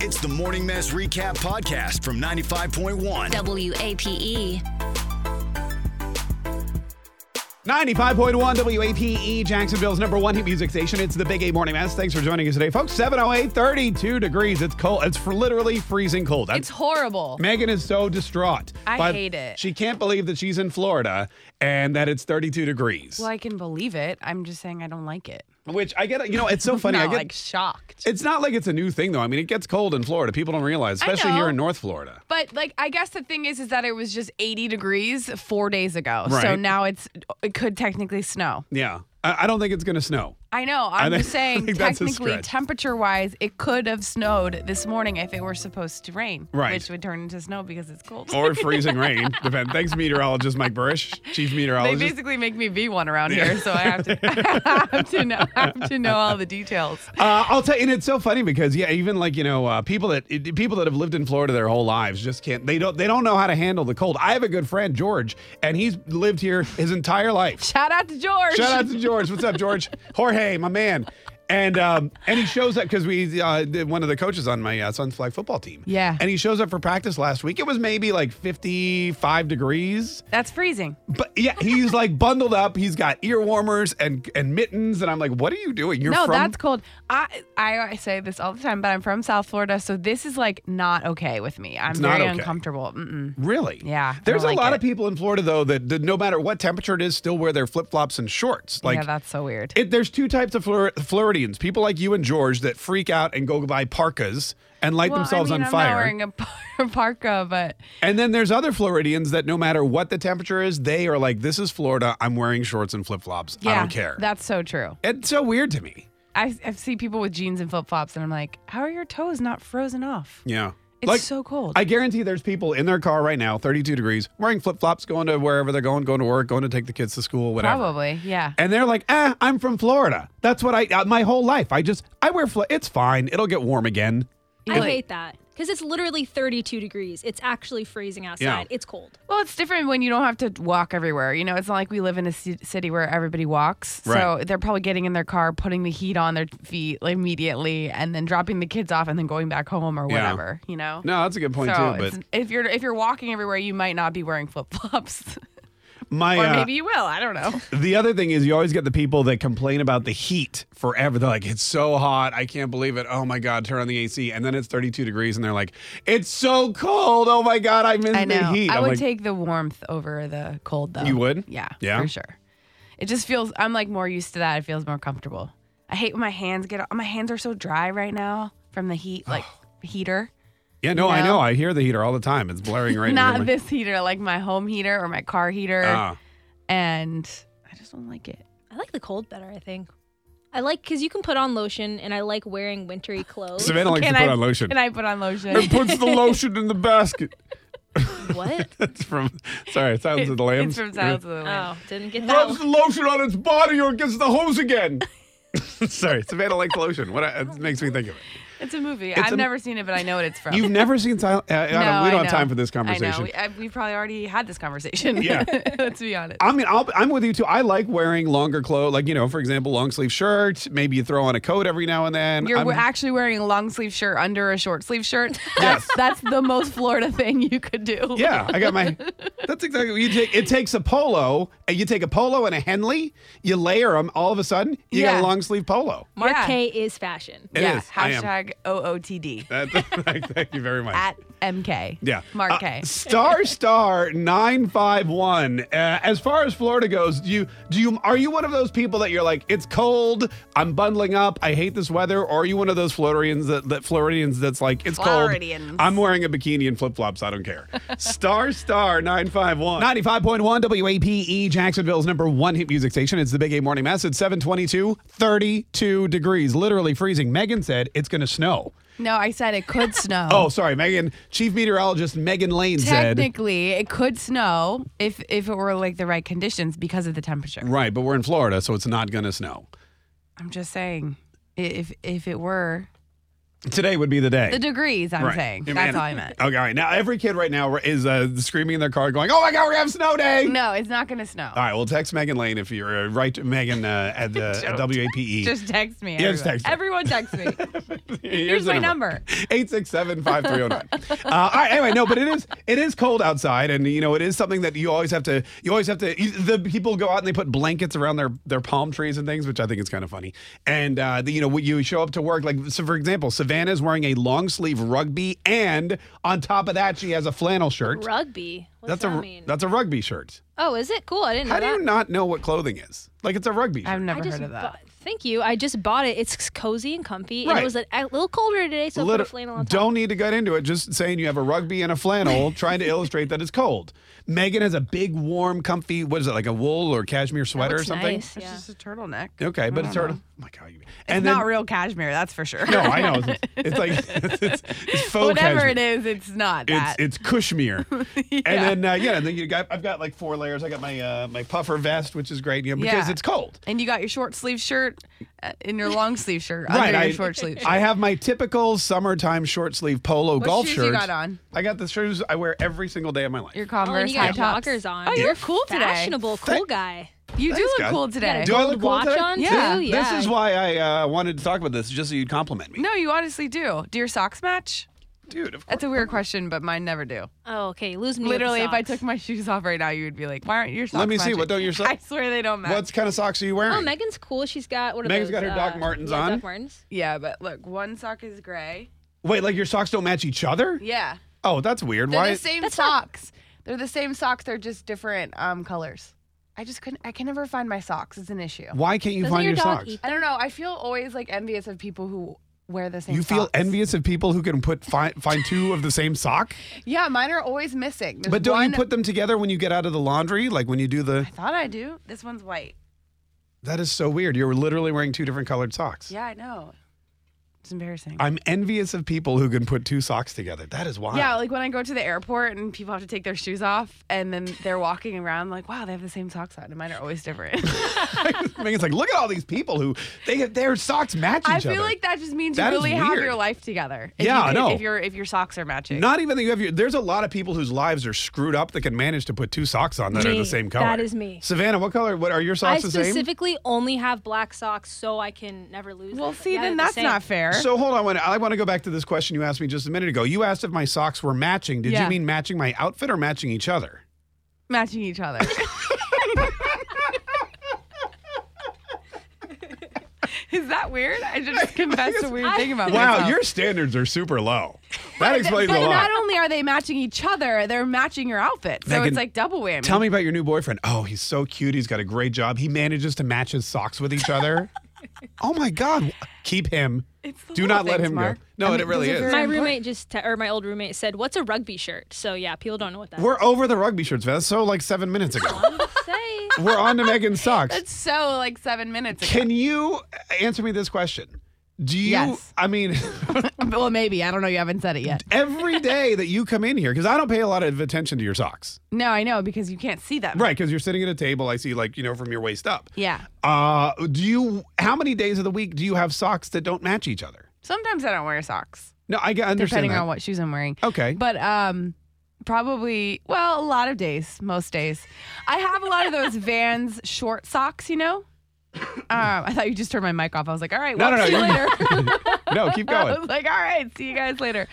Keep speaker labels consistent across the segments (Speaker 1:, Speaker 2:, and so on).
Speaker 1: It's the Morning Mess Recap Podcast from 95.1.
Speaker 2: E.
Speaker 3: WAPE.
Speaker 4: 95.1 WAPE, E, Jacksonville's number one hit music station. It's the Big A Morning Mass. Thanks for joining us today, folks. 708, 32 degrees. It's cold. It's for literally freezing cold. I'm-
Speaker 5: It's horrible.
Speaker 4: Megan is so distraught.
Speaker 5: I
Speaker 4: by-
Speaker 5: hate it.
Speaker 4: She can't believe that she's in Florida and that it's 32 degrees.
Speaker 5: Well, I can believe it. I'm just saying I don't like it.
Speaker 4: Which I get, it. you know, it's so funny.
Speaker 5: Not
Speaker 4: I get,
Speaker 5: like shocked.
Speaker 4: it's not like it's a new thing, though. I mean, it gets cold in Florida. People don't realize,
Speaker 5: I
Speaker 4: especially here
Speaker 5: know.
Speaker 4: in North Florida.
Speaker 5: but like I guess the thing is is that it was just 80 degrees 4 days ago. So
Speaker 4: Right.
Speaker 5: now it's it could technically snow.
Speaker 4: Yeah. I, I don't think it's going to snow.
Speaker 5: I know. I'm
Speaker 4: think-
Speaker 5: just saying
Speaker 4: I think that's a
Speaker 5: technically
Speaker 4: stretch.
Speaker 5: temperature-wise it could have snowed this morning if it were supposed to rain,
Speaker 4: Right.
Speaker 5: which would turn into snow because it's cold.
Speaker 4: Or freezing rain. Depend. Thanks, meteorologist Mike Burish, chief
Speaker 5: they
Speaker 4: meteorologist.
Speaker 5: basically make me be one around here, so I have to I have to know I have to know all the details.
Speaker 4: Uh, I'll tell you, and it's so funny because yeah, even like you know, uh, people that it- people that have lived in Florida their whole lives just can't. They don't. They don't know how to handle the cold. I have a good friend George, and he's lived here his entire life.
Speaker 5: Shout out to George.
Speaker 4: Shout out to George. What's up, George? Jorge, my man. And um, and he shows up because we uh, did one of the coaches on my uh, son's flag football team.
Speaker 5: Yeah.
Speaker 4: And he shows up for practice last week. It was maybe like fifty five degrees.
Speaker 5: That's freezing.
Speaker 4: But yeah, he's like bundled up. He's got ear warmers and and mittens. And I'm like, what are you doing? You're
Speaker 5: no,
Speaker 4: from
Speaker 5: that's cold. I, I I say this all the time, but I'm from South Florida, so this is like not okay with me. I'm
Speaker 4: It's not
Speaker 5: very
Speaker 4: okay.
Speaker 5: uncomfortable. Mm-mm.
Speaker 4: Really?
Speaker 5: Yeah, I
Speaker 4: There's a
Speaker 5: don't like
Speaker 4: lot
Speaker 5: it.
Speaker 4: of people in Florida though that, that no matter what temperature it is, still wear their flip flops and shorts. Like
Speaker 5: yeah, that's so weird.
Speaker 4: it, there's two types of Flor- Floridians: people like you and George that freak out and go buy parkas and light
Speaker 5: Well,
Speaker 4: themselves
Speaker 5: I mean,
Speaker 4: on
Speaker 5: I'm
Speaker 4: fire.
Speaker 5: Not wearing a par- parka, but
Speaker 4: and then there's other Floridians that no matter what the temperature is, they are like, "This is Florida. I'm wearing shorts and flip flops.
Speaker 5: yeah,
Speaker 4: I don't care."
Speaker 5: That's so true.
Speaker 4: it's so weird to me.
Speaker 5: I, I see people with jeans and flip flops, and I'm like, how are your toes not frozen off?
Speaker 4: Yeah.
Speaker 5: It's so cold.
Speaker 4: I guarantee there's people in their car right now, 32 degrees, wearing flip flops, going to wherever they're going, going to work, going to take the kids to school, whatever.
Speaker 5: Probably, yeah.
Speaker 4: And they're like, eh, I'm from Florida. That's what I, uh, my whole life. I just, I wear, fl- it's fine. It'll get warm again.
Speaker 6: I
Speaker 5: Like-
Speaker 6: hate that because it's literally 32 degrees. It's actually freezing outside.
Speaker 4: Yeah.
Speaker 6: It's cold.
Speaker 5: Well, it's different when you don't have to walk everywhere. You know, it's not like we live in a ci- city where everybody walks. So
Speaker 4: Right.
Speaker 5: they're probably getting in their car, putting the heat on their feet like, immediately, and then dropping the kids off, and then going back home or
Speaker 4: Yeah.
Speaker 5: whatever. You know.
Speaker 4: No, that's a good point
Speaker 5: so
Speaker 4: too. But
Speaker 5: it's- if you're if you're walking everywhere, you might not be wearing flip flops,
Speaker 4: my,
Speaker 5: or
Speaker 4: uh,
Speaker 5: maybe you will. I don't know.
Speaker 4: the other thing is you always get the people that complain about the heat forever. They're like, it's so hot. I can't believe it. Oh my God, turn on the AC. And then it's 32 degrees and they're like, it's so cold. Oh my God, I miss
Speaker 5: I know.
Speaker 4: the heat.
Speaker 5: I
Speaker 4: I'm
Speaker 5: would
Speaker 4: like,
Speaker 5: take the warmth over the cold though.
Speaker 4: You would?
Speaker 5: Yeah.
Speaker 4: Yeah?
Speaker 5: For sure. It just feels. I'm like more used to that. It feels more comfortable. I hate when my hands get. My hands are so dry right now from the heat, like
Speaker 4: Oh.
Speaker 5: heater.
Speaker 4: yeah, no, I
Speaker 5: No.
Speaker 4: know. I hear the heater all the time. It's blaring right
Speaker 5: Not
Speaker 4: in my-
Speaker 5: this heater, like my home heater or my car heater.
Speaker 4: Ah.
Speaker 5: And I just don't like it.
Speaker 6: I like the cold better, I think. I like because you can put on lotion and I like wearing wintry clothes.
Speaker 4: Savannah likes
Speaker 5: Can
Speaker 4: to put
Speaker 5: I-
Speaker 4: on lotion.
Speaker 5: And I put on lotion.
Speaker 4: it puts the lotion in the basket.
Speaker 6: what?
Speaker 4: That's from, sorry, Silence of the
Speaker 5: it's
Speaker 4: Lambs.
Speaker 5: from Silence of the Lambs.
Speaker 6: Oh, didn't get that.
Speaker 4: rubs
Speaker 6: one.
Speaker 4: the lotion on its body or it gets the hose again. Sorry, Savannah likes lotion. What I, it makes me think of it.
Speaker 5: It's a movie.
Speaker 4: It's
Speaker 5: I've
Speaker 4: a-
Speaker 5: never seen it, but I know what it's from.
Speaker 4: You've never seen Silent. Uh, Adam,
Speaker 5: No,
Speaker 4: we don't
Speaker 5: I
Speaker 4: have
Speaker 5: know.
Speaker 4: time for this
Speaker 5: I know.
Speaker 4: conversation.
Speaker 5: We, I, we probably already had this conversation.
Speaker 4: Yeah.
Speaker 5: Let's be honest.
Speaker 4: I mean, I'll, I'm with you too. I like wearing longer clothes, like you know, for example, long sleeve shirt. Maybe you throw on a coat every now and then.
Speaker 5: You're
Speaker 4: I'm-
Speaker 5: actually wearing a long sleeve shirt under a short sleeve shirt.
Speaker 4: Yes.
Speaker 5: That's, that's the most Florida thing you could do.
Speaker 4: yeah, I got my. That's exactly what you take. It takes a polo, and you take a polo and a Henley. You layer them. All of a sudden, you got
Speaker 5: Yeah.
Speaker 4: a long sleeve polo.
Speaker 6: Mark
Speaker 5: Yeah.
Speaker 6: K is fashion.
Speaker 4: It
Speaker 5: yeah.
Speaker 4: is. I am.
Speaker 5: Hashtag OOTD
Speaker 4: That- thank you very much.
Speaker 5: at MK.
Speaker 4: Yeah.
Speaker 5: Mark
Speaker 4: Uh,
Speaker 5: K.
Speaker 4: Star star 951. Uh, as far as Florida goes, do you do you are you one of those people that you're like it's cold, I'm bundling up, I hate this weather, or are you one of those Floridians that, that Floridians that's like it's
Speaker 5: Floridians.
Speaker 4: cold. I'm wearing a bikini and flip-flops, I don't care. star star 951. 95.1 WAPE E, Jacksonville's number 1 hit music station. It's the Big A Morning Mass. It's 722, 32 degrees, literally freezing. Megan said it's going to snow.
Speaker 5: No, I said it could snow.
Speaker 4: Oh, sorry, Megan. Chief meteorologist Megan Lane said.
Speaker 5: Technically, it could snow if if it were like the right conditions because of the temperature.
Speaker 4: Right, but we're in Florida, so it's not going to snow.
Speaker 5: I'm just saying, i- if if it were
Speaker 4: Today would be the day.
Speaker 5: the degrees, I'm
Speaker 4: Right.
Speaker 5: saying
Speaker 4: Yeah,
Speaker 5: that's
Speaker 4: man.
Speaker 5: all I meant.
Speaker 4: Okay, all right. Now, every kid right now is uh, screaming in their car, going, Oh my God, we're having snow day.
Speaker 5: No, it's not gonna snow.
Speaker 4: All right, well, text Megan Lane if you're uh, right, Megan uh, at, the, at WAPE.
Speaker 5: Just text me.
Speaker 4: Yeah, just
Speaker 5: everyone.
Speaker 4: text her.
Speaker 5: Everyone text me.
Speaker 4: Here's,
Speaker 5: Here's
Speaker 4: the
Speaker 5: my number.
Speaker 4: 867-5309. uh, all right, anyway, no, but it is it is cold outside and you know, it is something that you always have to you always have to you- the people go out and they put blankets around their their palm trees and things, which I think is kind of funny. And uh, the, you know, when you show up to work like so for example, Savannah's wearing a long sleeve rugby and on top of that she has a flannel shirt.
Speaker 6: Rugby. What's
Speaker 4: that's
Speaker 6: that
Speaker 4: a
Speaker 6: mean?
Speaker 4: that's a rugby shirt.
Speaker 6: oh, is it? Cool. I didn't know
Speaker 4: How do
Speaker 6: that.
Speaker 4: you not know what clothing is? Like it's a rugby shirt.
Speaker 5: I've never
Speaker 6: I just
Speaker 5: heard of that.
Speaker 6: bought- thank you. I just bought it. It's cozy and comfy, and
Speaker 4: Right.
Speaker 6: it was a, a little colder today, so I put
Speaker 4: Liter-
Speaker 6: a flannel on top.
Speaker 4: Don't need to get into it. Just saying you have a rugby and a flannel, trying to illustrate that it's cold. Megan has a big, warm, comfy. What is it like a wool or cashmere sweater or
Speaker 6: looks
Speaker 4: something?
Speaker 6: nice,
Speaker 5: It's
Speaker 6: yeah.
Speaker 5: just a turtleneck.
Speaker 4: Okay, but it's
Speaker 5: don't
Speaker 4: hard.
Speaker 5: know.
Speaker 4: Oh my god! You,
Speaker 5: Uh-huh. It's not real cashmere, that's for sure.
Speaker 4: No, I know. It's, it's like it's, it's, it's faux
Speaker 5: Whatever
Speaker 4: cashmere.
Speaker 5: it is, it's not
Speaker 4: It's
Speaker 5: that.
Speaker 4: it's cushmere, and then uh, yeah, and then you got I've got like four layers. I got my uh, my puffer vest, which is great, you know, because
Speaker 5: Yeah.
Speaker 4: it's cold.
Speaker 5: and you got your short sleeve shirt uh, and your long sleeve shirt
Speaker 4: Right,
Speaker 5: under
Speaker 4: I,
Speaker 5: your short sleeve shirt.
Speaker 4: I have my typical summertime short sleeve polo
Speaker 5: What
Speaker 4: golf
Speaker 5: shoes
Speaker 4: shirt.
Speaker 5: you got on?
Speaker 4: I got the shoes I wear every single day of my life.
Speaker 5: Your
Speaker 6: Oh, and
Speaker 5: Converse
Speaker 6: you
Speaker 5: high
Speaker 6: got
Speaker 5: tops.
Speaker 6: joggers on.
Speaker 5: Oh, you're cool today.
Speaker 6: Fashionable, cool guy.
Speaker 5: You do
Speaker 4: Thanks,
Speaker 5: look
Speaker 4: guys.
Speaker 5: cool today.
Speaker 4: Do I
Speaker 6: gold
Speaker 4: look cool
Speaker 6: watch
Speaker 4: today?
Speaker 6: on,
Speaker 5: Yeah.
Speaker 6: too?
Speaker 4: This
Speaker 6: Yeah.
Speaker 4: is why I uh, wanted to talk about this, just so you'd compliment me.
Speaker 5: No, you honestly do. Do your socks match?
Speaker 4: Dude, of course.
Speaker 5: That's a weird question, but mine never do.
Speaker 6: Oh, okay. Lose me. with the
Speaker 5: Literally, if I took
Speaker 6: socks.
Speaker 5: my shoes off right now, you would be like, "Why aren't your socks?"
Speaker 4: Let me see, what
Speaker 5: matching?"
Speaker 4: don't your so-
Speaker 5: I swear they don't match.
Speaker 4: What kind of socks are you wearing?
Speaker 6: Oh, Megan's cool. She's got what are
Speaker 4: Megan's
Speaker 6: those?
Speaker 4: got her Doc
Speaker 6: uh,
Speaker 4: Martens
Speaker 6: yeah,
Speaker 4: on.
Speaker 6: Doc Martens.
Speaker 5: yeah, but look, one sock is gray.
Speaker 4: Wait, like your socks don't match each other?
Speaker 5: Yeah,
Speaker 4: Oh, that's weird.
Speaker 5: they're
Speaker 4: Why?
Speaker 5: the same socks. They're the same socks. They're just different um, colors. I just couldn't. I can never find my socks. It's an issue.
Speaker 4: Why can't you
Speaker 6: Doesn't
Speaker 4: find
Speaker 6: your
Speaker 4: your,
Speaker 6: dog
Speaker 4: socks?
Speaker 6: eat
Speaker 5: I don't know. I feel always like envious of people who wear the same.
Speaker 4: You feel
Speaker 5: socks.
Speaker 4: envious of people who can put find, find two of the same sock,
Speaker 5: Yeah, mine are always missing. There's
Speaker 4: but don't
Speaker 5: one,
Speaker 4: you put them together when you get out of the laundry? Like when you do the.
Speaker 5: I thought I do. This one's white.
Speaker 4: That is so weird. You're literally wearing two different colored socks.
Speaker 5: Yeah, I know. It's embarrassing.
Speaker 4: I'm envious of people who can put two socks together. That is wild.
Speaker 5: Yeah, like when I go to the airport and people have to take their shoes off and then they're walking around like, wow, they have the same socks on and mine are always different.
Speaker 4: Megan's like, look at all these people who they their socks match each
Speaker 5: I
Speaker 4: other.
Speaker 5: feel like that just means
Speaker 4: That
Speaker 5: you
Speaker 4: is
Speaker 5: really have
Speaker 4: weird.
Speaker 5: your life together. If
Speaker 4: Yeah,
Speaker 5: you,
Speaker 4: I
Speaker 5: if-
Speaker 4: know.
Speaker 5: If your if your socks are matching.
Speaker 4: Not even that you have your. There's a lot of people whose lives are screwed up that can manage to put two socks on that are
Speaker 6: Me.
Speaker 4: the same color.
Speaker 6: That is me.
Speaker 4: Savannah, what color? What are your
Speaker 6: I
Speaker 4: socks the same?
Speaker 6: specifically only have black socks so I can never lose.
Speaker 5: well,
Speaker 6: them.
Speaker 5: see,
Speaker 6: Yeah,
Speaker 5: then
Speaker 6: they're the
Speaker 5: that's
Speaker 6: same.
Speaker 5: not fair.
Speaker 4: So hold on, one- I want to go back to this question you asked me just a minute ago. You asked if my socks were matching. Did you
Speaker 5: Yeah.
Speaker 4: mean matching my outfit or matching each other?
Speaker 5: matching each other. Is that weird? I just confessed a weird thing about myself.
Speaker 4: Wow, your standards are super low. That explains a
Speaker 5: But
Speaker 4: lot.
Speaker 5: not only are they matching each other, they're matching your outfit. So
Speaker 4: Megan,
Speaker 5: it's like double whammy.
Speaker 4: Tell me about your new boyfriend. Oh, he's so cute. He's got a great job. He manages to match his socks with each other. oh my God, keep him.
Speaker 5: It's the
Speaker 4: Do
Speaker 5: little
Speaker 4: not let
Speaker 5: things,
Speaker 4: him
Speaker 5: Mark.
Speaker 4: go. No,
Speaker 5: I mean,
Speaker 4: it really
Speaker 5: those
Speaker 4: is.
Speaker 5: are
Speaker 6: My
Speaker 5: Very important.
Speaker 6: roommate just te- or my old roommate said, "What's a rugby shirt?" So yeah, people don't know what that is.
Speaker 4: We're over the rugby shirts. That's so like seven minutes ago.
Speaker 6: Say.
Speaker 4: We're on to Megan's socks.
Speaker 5: That's so like seven minutes ago.
Speaker 4: Can you answer me this question? Do you?
Speaker 5: Yes.
Speaker 4: I mean,
Speaker 5: well, maybe. I don't know. You haven't said it yet.
Speaker 4: every day that you come in here, because I don't pay a lot of attention to your socks,
Speaker 5: No, I know because you can't see them.
Speaker 4: right? Because you're sitting at a table. I see, like you know, from your waist up.
Speaker 5: Yeah.
Speaker 4: Uh, do you? How many days of the week do you have socks that don't match each other?
Speaker 5: Sometimes I don't wear socks,
Speaker 4: No, I g- understand
Speaker 5: depending
Speaker 4: that.
Speaker 5: on what shoes I'm wearing.
Speaker 4: Okay.
Speaker 5: But um, probably well, a lot of days, most days. I have a lot of those Vans short socks. You know. Um, I thought you just turned my mic off. I was like, all right,
Speaker 4: No,
Speaker 5: well,
Speaker 4: no, no,
Speaker 5: see you
Speaker 4: you're-
Speaker 5: later.
Speaker 4: no, keep
Speaker 5: I
Speaker 4: going.
Speaker 5: was like, all right, see you guys later.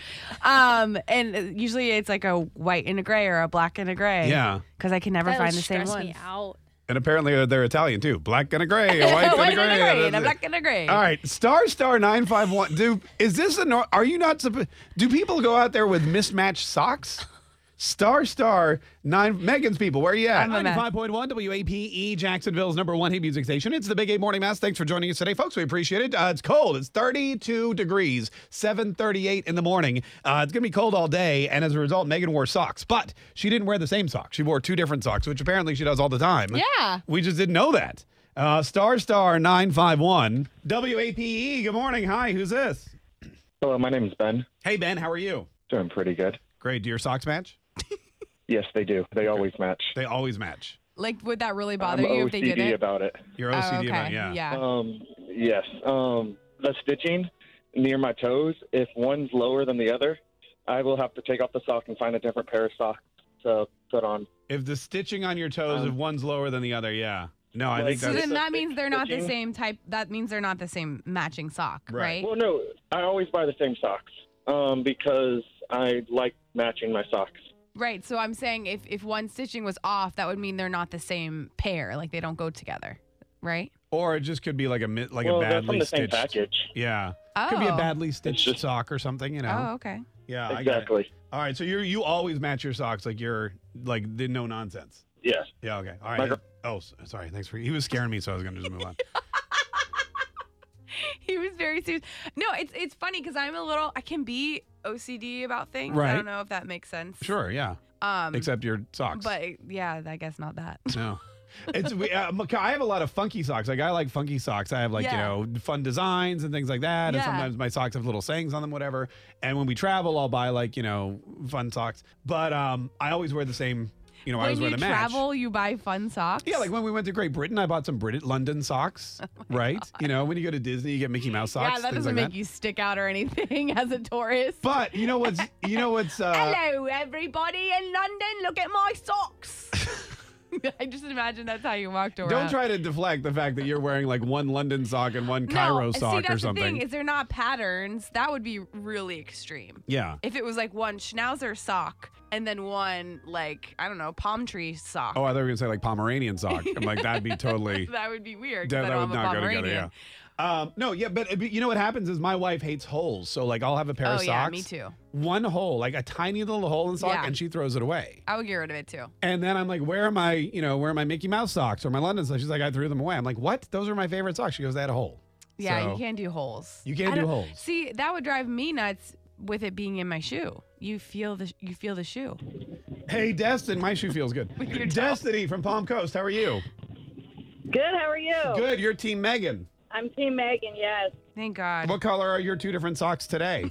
Speaker 5: Um, and usually it's like a white and a gray or a black and a gray.
Speaker 4: Yeah.
Speaker 5: Because I can never
Speaker 6: That'll
Speaker 5: find the same
Speaker 6: stress
Speaker 5: one.
Speaker 6: me out.
Speaker 4: And apparently uh, they're Italian too. Black and a gray, a white, and a gray.
Speaker 5: and a black and a gray.
Speaker 4: All right, star star nine five one. Do is this a? nor- Are you not? suppo- Do people go out there with mismatched socks? Star star nine. Megan's people, where are you at?
Speaker 5: I'm a mess.
Speaker 4: Five point one WAPe E, Jacksonville's number one hit music station. It's the Big Eight Morning Mass. Thanks for joining us today, folks. We appreciate it. Uh, it's cold. It's thirty two degrees, seven thirty eight in the morning. Uh, it's gonna be cold all day, and as a result, Megan wore socks, but she didn't wear the same socks. She wore two different socks, which apparently she does all the time.
Speaker 5: Yeah.
Speaker 4: We just didn't know that. E. Uh, star star nine five one WAPe. Good morning. Hi. Who's this?
Speaker 3: Hello, my name is Ben.
Speaker 4: Hey, Ben, how are you?
Speaker 3: Doing pretty good.
Speaker 4: Great. Do your socks match?
Speaker 3: Yes, they do. They always match.
Speaker 4: They always match.
Speaker 5: Like, would that
Speaker 4: Um,
Speaker 5: really bother
Speaker 3: I'm
Speaker 5: you
Speaker 3: OCD
Speaker 5: if they did it?
Speaker 3: about it.
Speaker 4: Your
Speaker 5: Oh,
Speaker 4: OCD
Speaker 5: okay.
Speaker 4: about yeah.
Speaker 3: Um, yes. Um, the stitching near my toes, if one's lower than the other, I will have to take off the sock and find a different pair of socks to put on.
Speaker 4: If the stitching on your toes,
Speaker 3: Um,
Speaker 4: if one's lower than the other, yeah. No, I
Speaker 3: like-
Speaker 4: think
Speaker 5: So
Speaker 4: that's
Speaker 5: then
Speaker 3: That's-
Speaker 5: that means they're not the
Speaker 3: Stitching.
Speaker 5: same type. That means they're not the same matching sock,
Speaker 4: Right.
Speaker 5: right?
Speaker 3: Well, no, I always buy the same socks um, because I like matching my socks.
Speaker 5: Right. So I'm saying if, if one stitching was off, that would mean they're not the same pair. Like they don't go together, right?
Speaker 4: or it just could be like a mi- like
Speaker 3: well,
Speaker 4: a
Speaker 3: they're from
Speaker 4: badly
Speaker 3: the same
Speaker 4: stitched.
Speaker 3: package.
Speaker 4: Yeah.
Speaker 5: Oh.
Speaker 4: Could be a badly stitched
Speaker 3: just-
Speaker 4: sock or something, you know.
Speaker 5: Oh, okay.
Speaker 4: Yeah, Ah, I get it.
Speaker 3: exactly.
Speaker 4: All right, so you are you always match your socks like you're like the no nonsense.
Speaker 3: Yes.
Speaker 4: Yeah, okay. All
Speaker 3: My
Speaker 4: right.
Speaker 3: gr-
Speaker 4: oh, s- sorry. Thanks for he was scaring me, so I was gonna just move on.
Speaker 5: He was very serious. No, it's it's funny because I'm a little. I can be OCD about things.
Speaker 4: Right.
Speaker 5: I don't know if that makes sense.
Speaker 4: Sure, yeah.
Speaker 5: Um.
Speaker 4: Except your socks.
Speaker 5: But yeah, I guess not that.
Speaker 4: no. It's we, uh, Mika- I have a lot of funky socks. Like I like funky socks. I have like
Speaker 5: Yeah.
Speaker 4: you know fun designs and things like that. And
Speaker 5: Yeah.
Speaker 4: sometimes my socks have little sayings on them, whatever. And when we travel, I'll buy like you know fun socks. But um, I always wear the same. You know, I
Speaker 5: when
Speaker 4: always wear
Speaker 5: you
Speaker 4: the match.
Speaker 5: travel, you buy fun socks.
Speaker 4: Yeah, like when we went to Great Britain, I bought some Brit- London socks, right? You know, when you go to Disney, you get Mickey Mouse socks.
Speaker 5: Oh yeah, that
Speaker 4: things
Speaker 5: doesn't
Speaker 4: like
Speaker 5: make you stick out or anything as a tourist.
Speaker 4: But you know what's you know what's uh,
Speaker 5: Hello, everybody in London. Look at my socks. I just imagine that's how you walked around.
Speaker 4: don't try to deflect the fact that you're wearing like one London sock and one
Speaker 5: no,
Speaker 4: Cairo
Speaker 5: see,
Speaker 4: sock
Speaker 5: that's
Speaker 4: or something.
Speaker 5: The thing, is they're not patterns. That would be really extreme.
Speaker 4: yeah.
Speaker 5: If it was like one schnauzer sock and then one like I don't know palm tree sock,
Speaker 4: Oh, I thought you were gonna say like Pomeranian sock. I'm like that'd be totally
Speaker 5: that would be weird. 'cause
Speaker 4: that,
Speaker 5: I
Speaker 4: that
Speaker 5: don't
Speaker 4: would
Speaker 5: have
Speaker 4: not
Speaker 5: a
Speaker 4: go together. Yeah.
Speaker 5: Pomeranian.
Speaker 4: Um, no, yeah, but, but you know what happens is my wife hates holes, so like I'll have a pair of
Speaker 5: Oh,
Speaker 4: socks.
Speaker 5: yeah, me too.
Speaker 4: One hole, like a tiny little hole in the sock,
Speaker 5: Yeah.
Speaker 4: and she throws it away.
Speaker 5: I would get rid of it too.
Speaker 4: And then I'm like, where are my, you know, where are my Mickey Mouse socks or my London socks? She's like, I threw them away. I'm like, what? Those are my favorite socks. She goes, they had a hole.
Speaker 5: Yeah,
Speaker 4: So-
Speaker 5: you can't do holes.
Speaker 4: You can't
Speaker 5: I
Speaker 4: do
Speaker 5: don't-
Speaker 4: holes.
Speaker 5: See, that would drive me nuts with it being in my shoe. You feel the you feel the shoe.
Speaker 4: Hey, Destin, my shoe feels good.
Speaker 5: Your toe.
Speaker 4: Destiny from Palm Coast, how are you?
Speaker 7: Good. How are you?
Speaker 4: Good. You're Team Megan.
Speaker 7: I'm Team Megan. Yes.
Speaker 5: Thank God.
Speaker 4: What color are your two different socks today?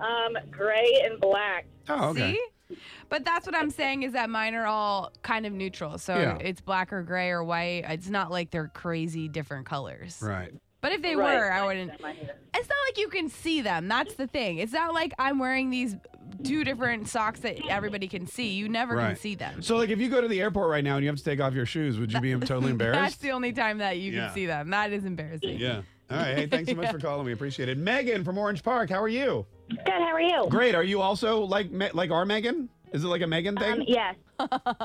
Speaker 7: Um, gray and black.
Speaker 4: Oh, okay.
Speaker 5: See? But that's what I'm saying is that mine are all kind of neutral. So
Speaker 4: Yeah.
Speaker 5: it's black or gray or white. It's not like they're crazy different colors.
Speaker 4: Right.
Speaker 5: But if they
Speaker 7: Right.
Speaker 5: were, I wouldn't. It's not like you can see them. That's the thing. It's not like I'm wearing these two different socks that everybody can see. You never can
Speaker 4: Right.
Speaker 5: see them.
Speaker 4: So, like, if you go to the airport right now and you have to take off your shoes, would you be totally
Speaker 5: That's
Speaker 4: embarrassed?
Speaker 5: the only time that you
Speaker 4: Yeah.
Speaker 5: can see them. That is embarrassing.
Speaker 4: yeah. All right. Hey, thanks so much for calling. We appreciate it. Megan from Orange Park, how are you?
Speaker 7: Good. How are you?
Speaker 4: Great. Are you also like Me- like our Megan? Is it like a Megan thing?
Speaker 7: Um, yes.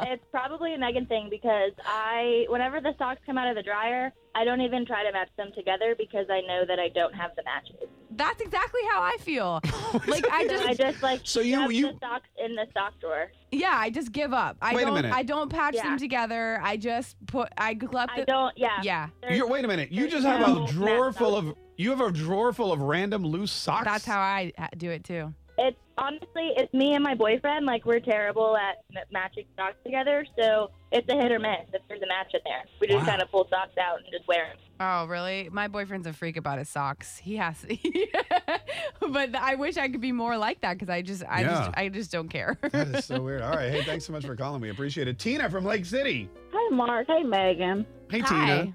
Speaker 7: it's probably a Megan thing because I, whenever the socks come out of the dryer, I don't even try to match them together because I know that I don't have the matches.
Speaker 5: That's exactly how I feel. like I just
Speaker 7: I just like
Speaker 4: So you-
Speaker 7: shove
Speaker 4: you-
Speaker 7: the socks in the sock drawer.
Speaker 5: Yeah, I just give up. I
Speaker 4: Wait a
Speaker 5: don't
Speaker 4: minute.
Speaker 5: I don't patch
Speaker 7: Yeah.
Speaker 5: them together. I just put I glup
Speaker 7: I
Speaker 5: it.
Speaker 7: don't. Yeah.
Speaker 5: Yeah.
Speaker 7: There's-
Speaker 4: You're- wait a minute. You
Speaker 7: there's
Speaker 4: just have
Speaker 7: no
Speaker 4: a drawer
Speaker 7: match
Speaker 4: full of you have a drawer full of random loose socks.
Speaker 5: That's how I ha- do it too.
Speaker 7: It's honestly, it's me and my boyfriend. Like we're terrible at m- matching socks together, so it's a hit or miss if there's a match in there. We just
Speaker 4: Wow.
Speaker 7: kind of pull socks out and just wear them.
Speaker 5: Oh, really? My boyfriend's a freak about his socks. He has But I wish I could be more like that cuz I just I
Speaker 4: Yeah.
Speaker 5: just I just don't care.
Speaker 4: That is so weird. All right. Hey, thanks so much for calling. We appreciate it. Tina from Lake City.
Speaker 8: Hey, Mark. Hey, Megan.
Speaker 4: Hey, Tina.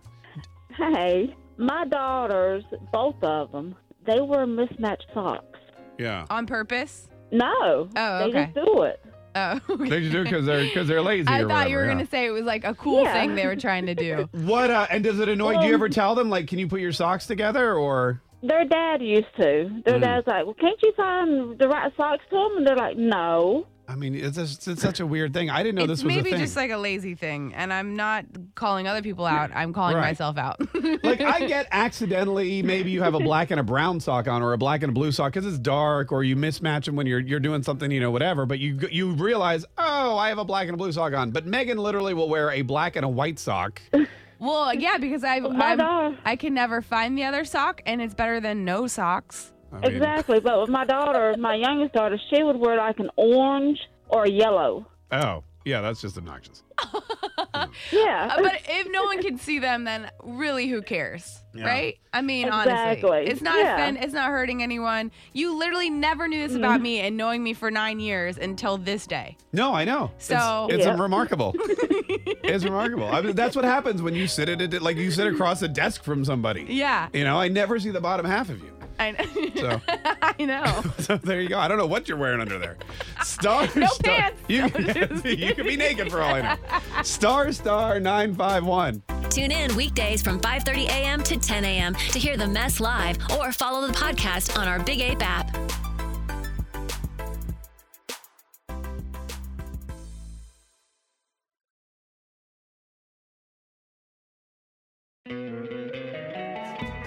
Speaker 5: Hi.
Speaker 8: Hey, my daughters, both of them, they were mismatched socks.
Speaker 4: Yeah.
Speaker 5: On purpose?
Speaker 8: No,
Speaker 5: Oh,
Speaker 8: they
Speaker 5: okay.
Speaker 8: just do it.
Speaker 5: Oh. okay.
Speaker 4: They just do because they're because they're lazy.
Speaker 5: I
Speaker 4: or
Speaker 5: thought you were
Speaker 4: whatever,
Speaker 5: going to say it was like a cool
Speaker 8: Yeah.
Speaker 5: thing they were trying to do.
Speaker 4: yeah. What? Uh, and does it annoy?
Speaker 5: Um,
Speaker 4: do you ever tell them like, can you put your socks together? Or
Speaker 8: Their dad used to. Their
Speaker 4: Mm.
Speaker 5: Hmm.
Speaker 8: dad's like, "Well, can't you find the right socks to them?" And they're like, "No."
Speaker 4: I mean, it's just, it's such a weird thing. I didn't know
Speaker 5: it's
Speaker 4: this was
Speaker 5: maybe
Speaker 4: a thing.
Speaker 5: just like a lazy thing, and I'm not calling other people out. I'm calling
Speaker 4: Right.
Speaker 5: myself out.
Speaker 4: Like, I get accidentally maybe you have a black and a brown sock on or a black and a blue sock because it's dark or you mismatch them when you're you're doing something you know whatever. But you you realize oh I have a black and a blue sock on. But Megan literally will wear a black and a white sock.
Speaker 5: Well, yeah, because I
Speaker 8: My
Speaker 5: i
Speaker 8: daughter,
Speaker 5: I can never find the other sock, and it's better than no socks.
Speaker 4: I mean,
Speaker 8: exactly. But with my daughter, my youngest daughter, she would wear like an orange or a yellow.
Speaker 4: Oh. Yeah, that's just obnoxious.
Speaker 8: Yeah.
Speaker 5: Uh, but if no one can see them, then really, who cares,
Speaker 4: Yeah.
Speaker 5: right? I mean,
Speaker 8: Exactly.
Speaker 5: honestly, it's not
Speaker 8: Yeah.
Speaker 5: offend, it's not hurting anyone. You literally never knew this
Speaker 8: Mm-hmm.
Speaker 5: about me, and knowing me for nine years until this day.
Speaker 4: No, I know. It's-
Speaker 5: So-
Speaker 4: it's,
Speaker 8: Yeah.
Speaker 4: remarkable. it's remarkable. I mean, that's what happens when you sit at a, like you sit across a desk from somebody.
Speaker 5: Yeah,
Speaker 4: You know, I never see the bottom half of you.
Speaker 5: I know.
Speaker 4: So.
Speaker 5: I know.
Speaker 4: So there you go. I don't know what you're wearing under there. Star
Speaker 5: No
Speaker 4: star.
Speaker 5: pants.
Speaker 4: You,
Speaker 5: No, just
Speaker 4: you could be naked for all I know. Star star nine five one.
Speaker 2: Tune in weekdays from 5:30 a.m. to 10 a.m. to hear the mess live or follow the podcast on our Big Ape app.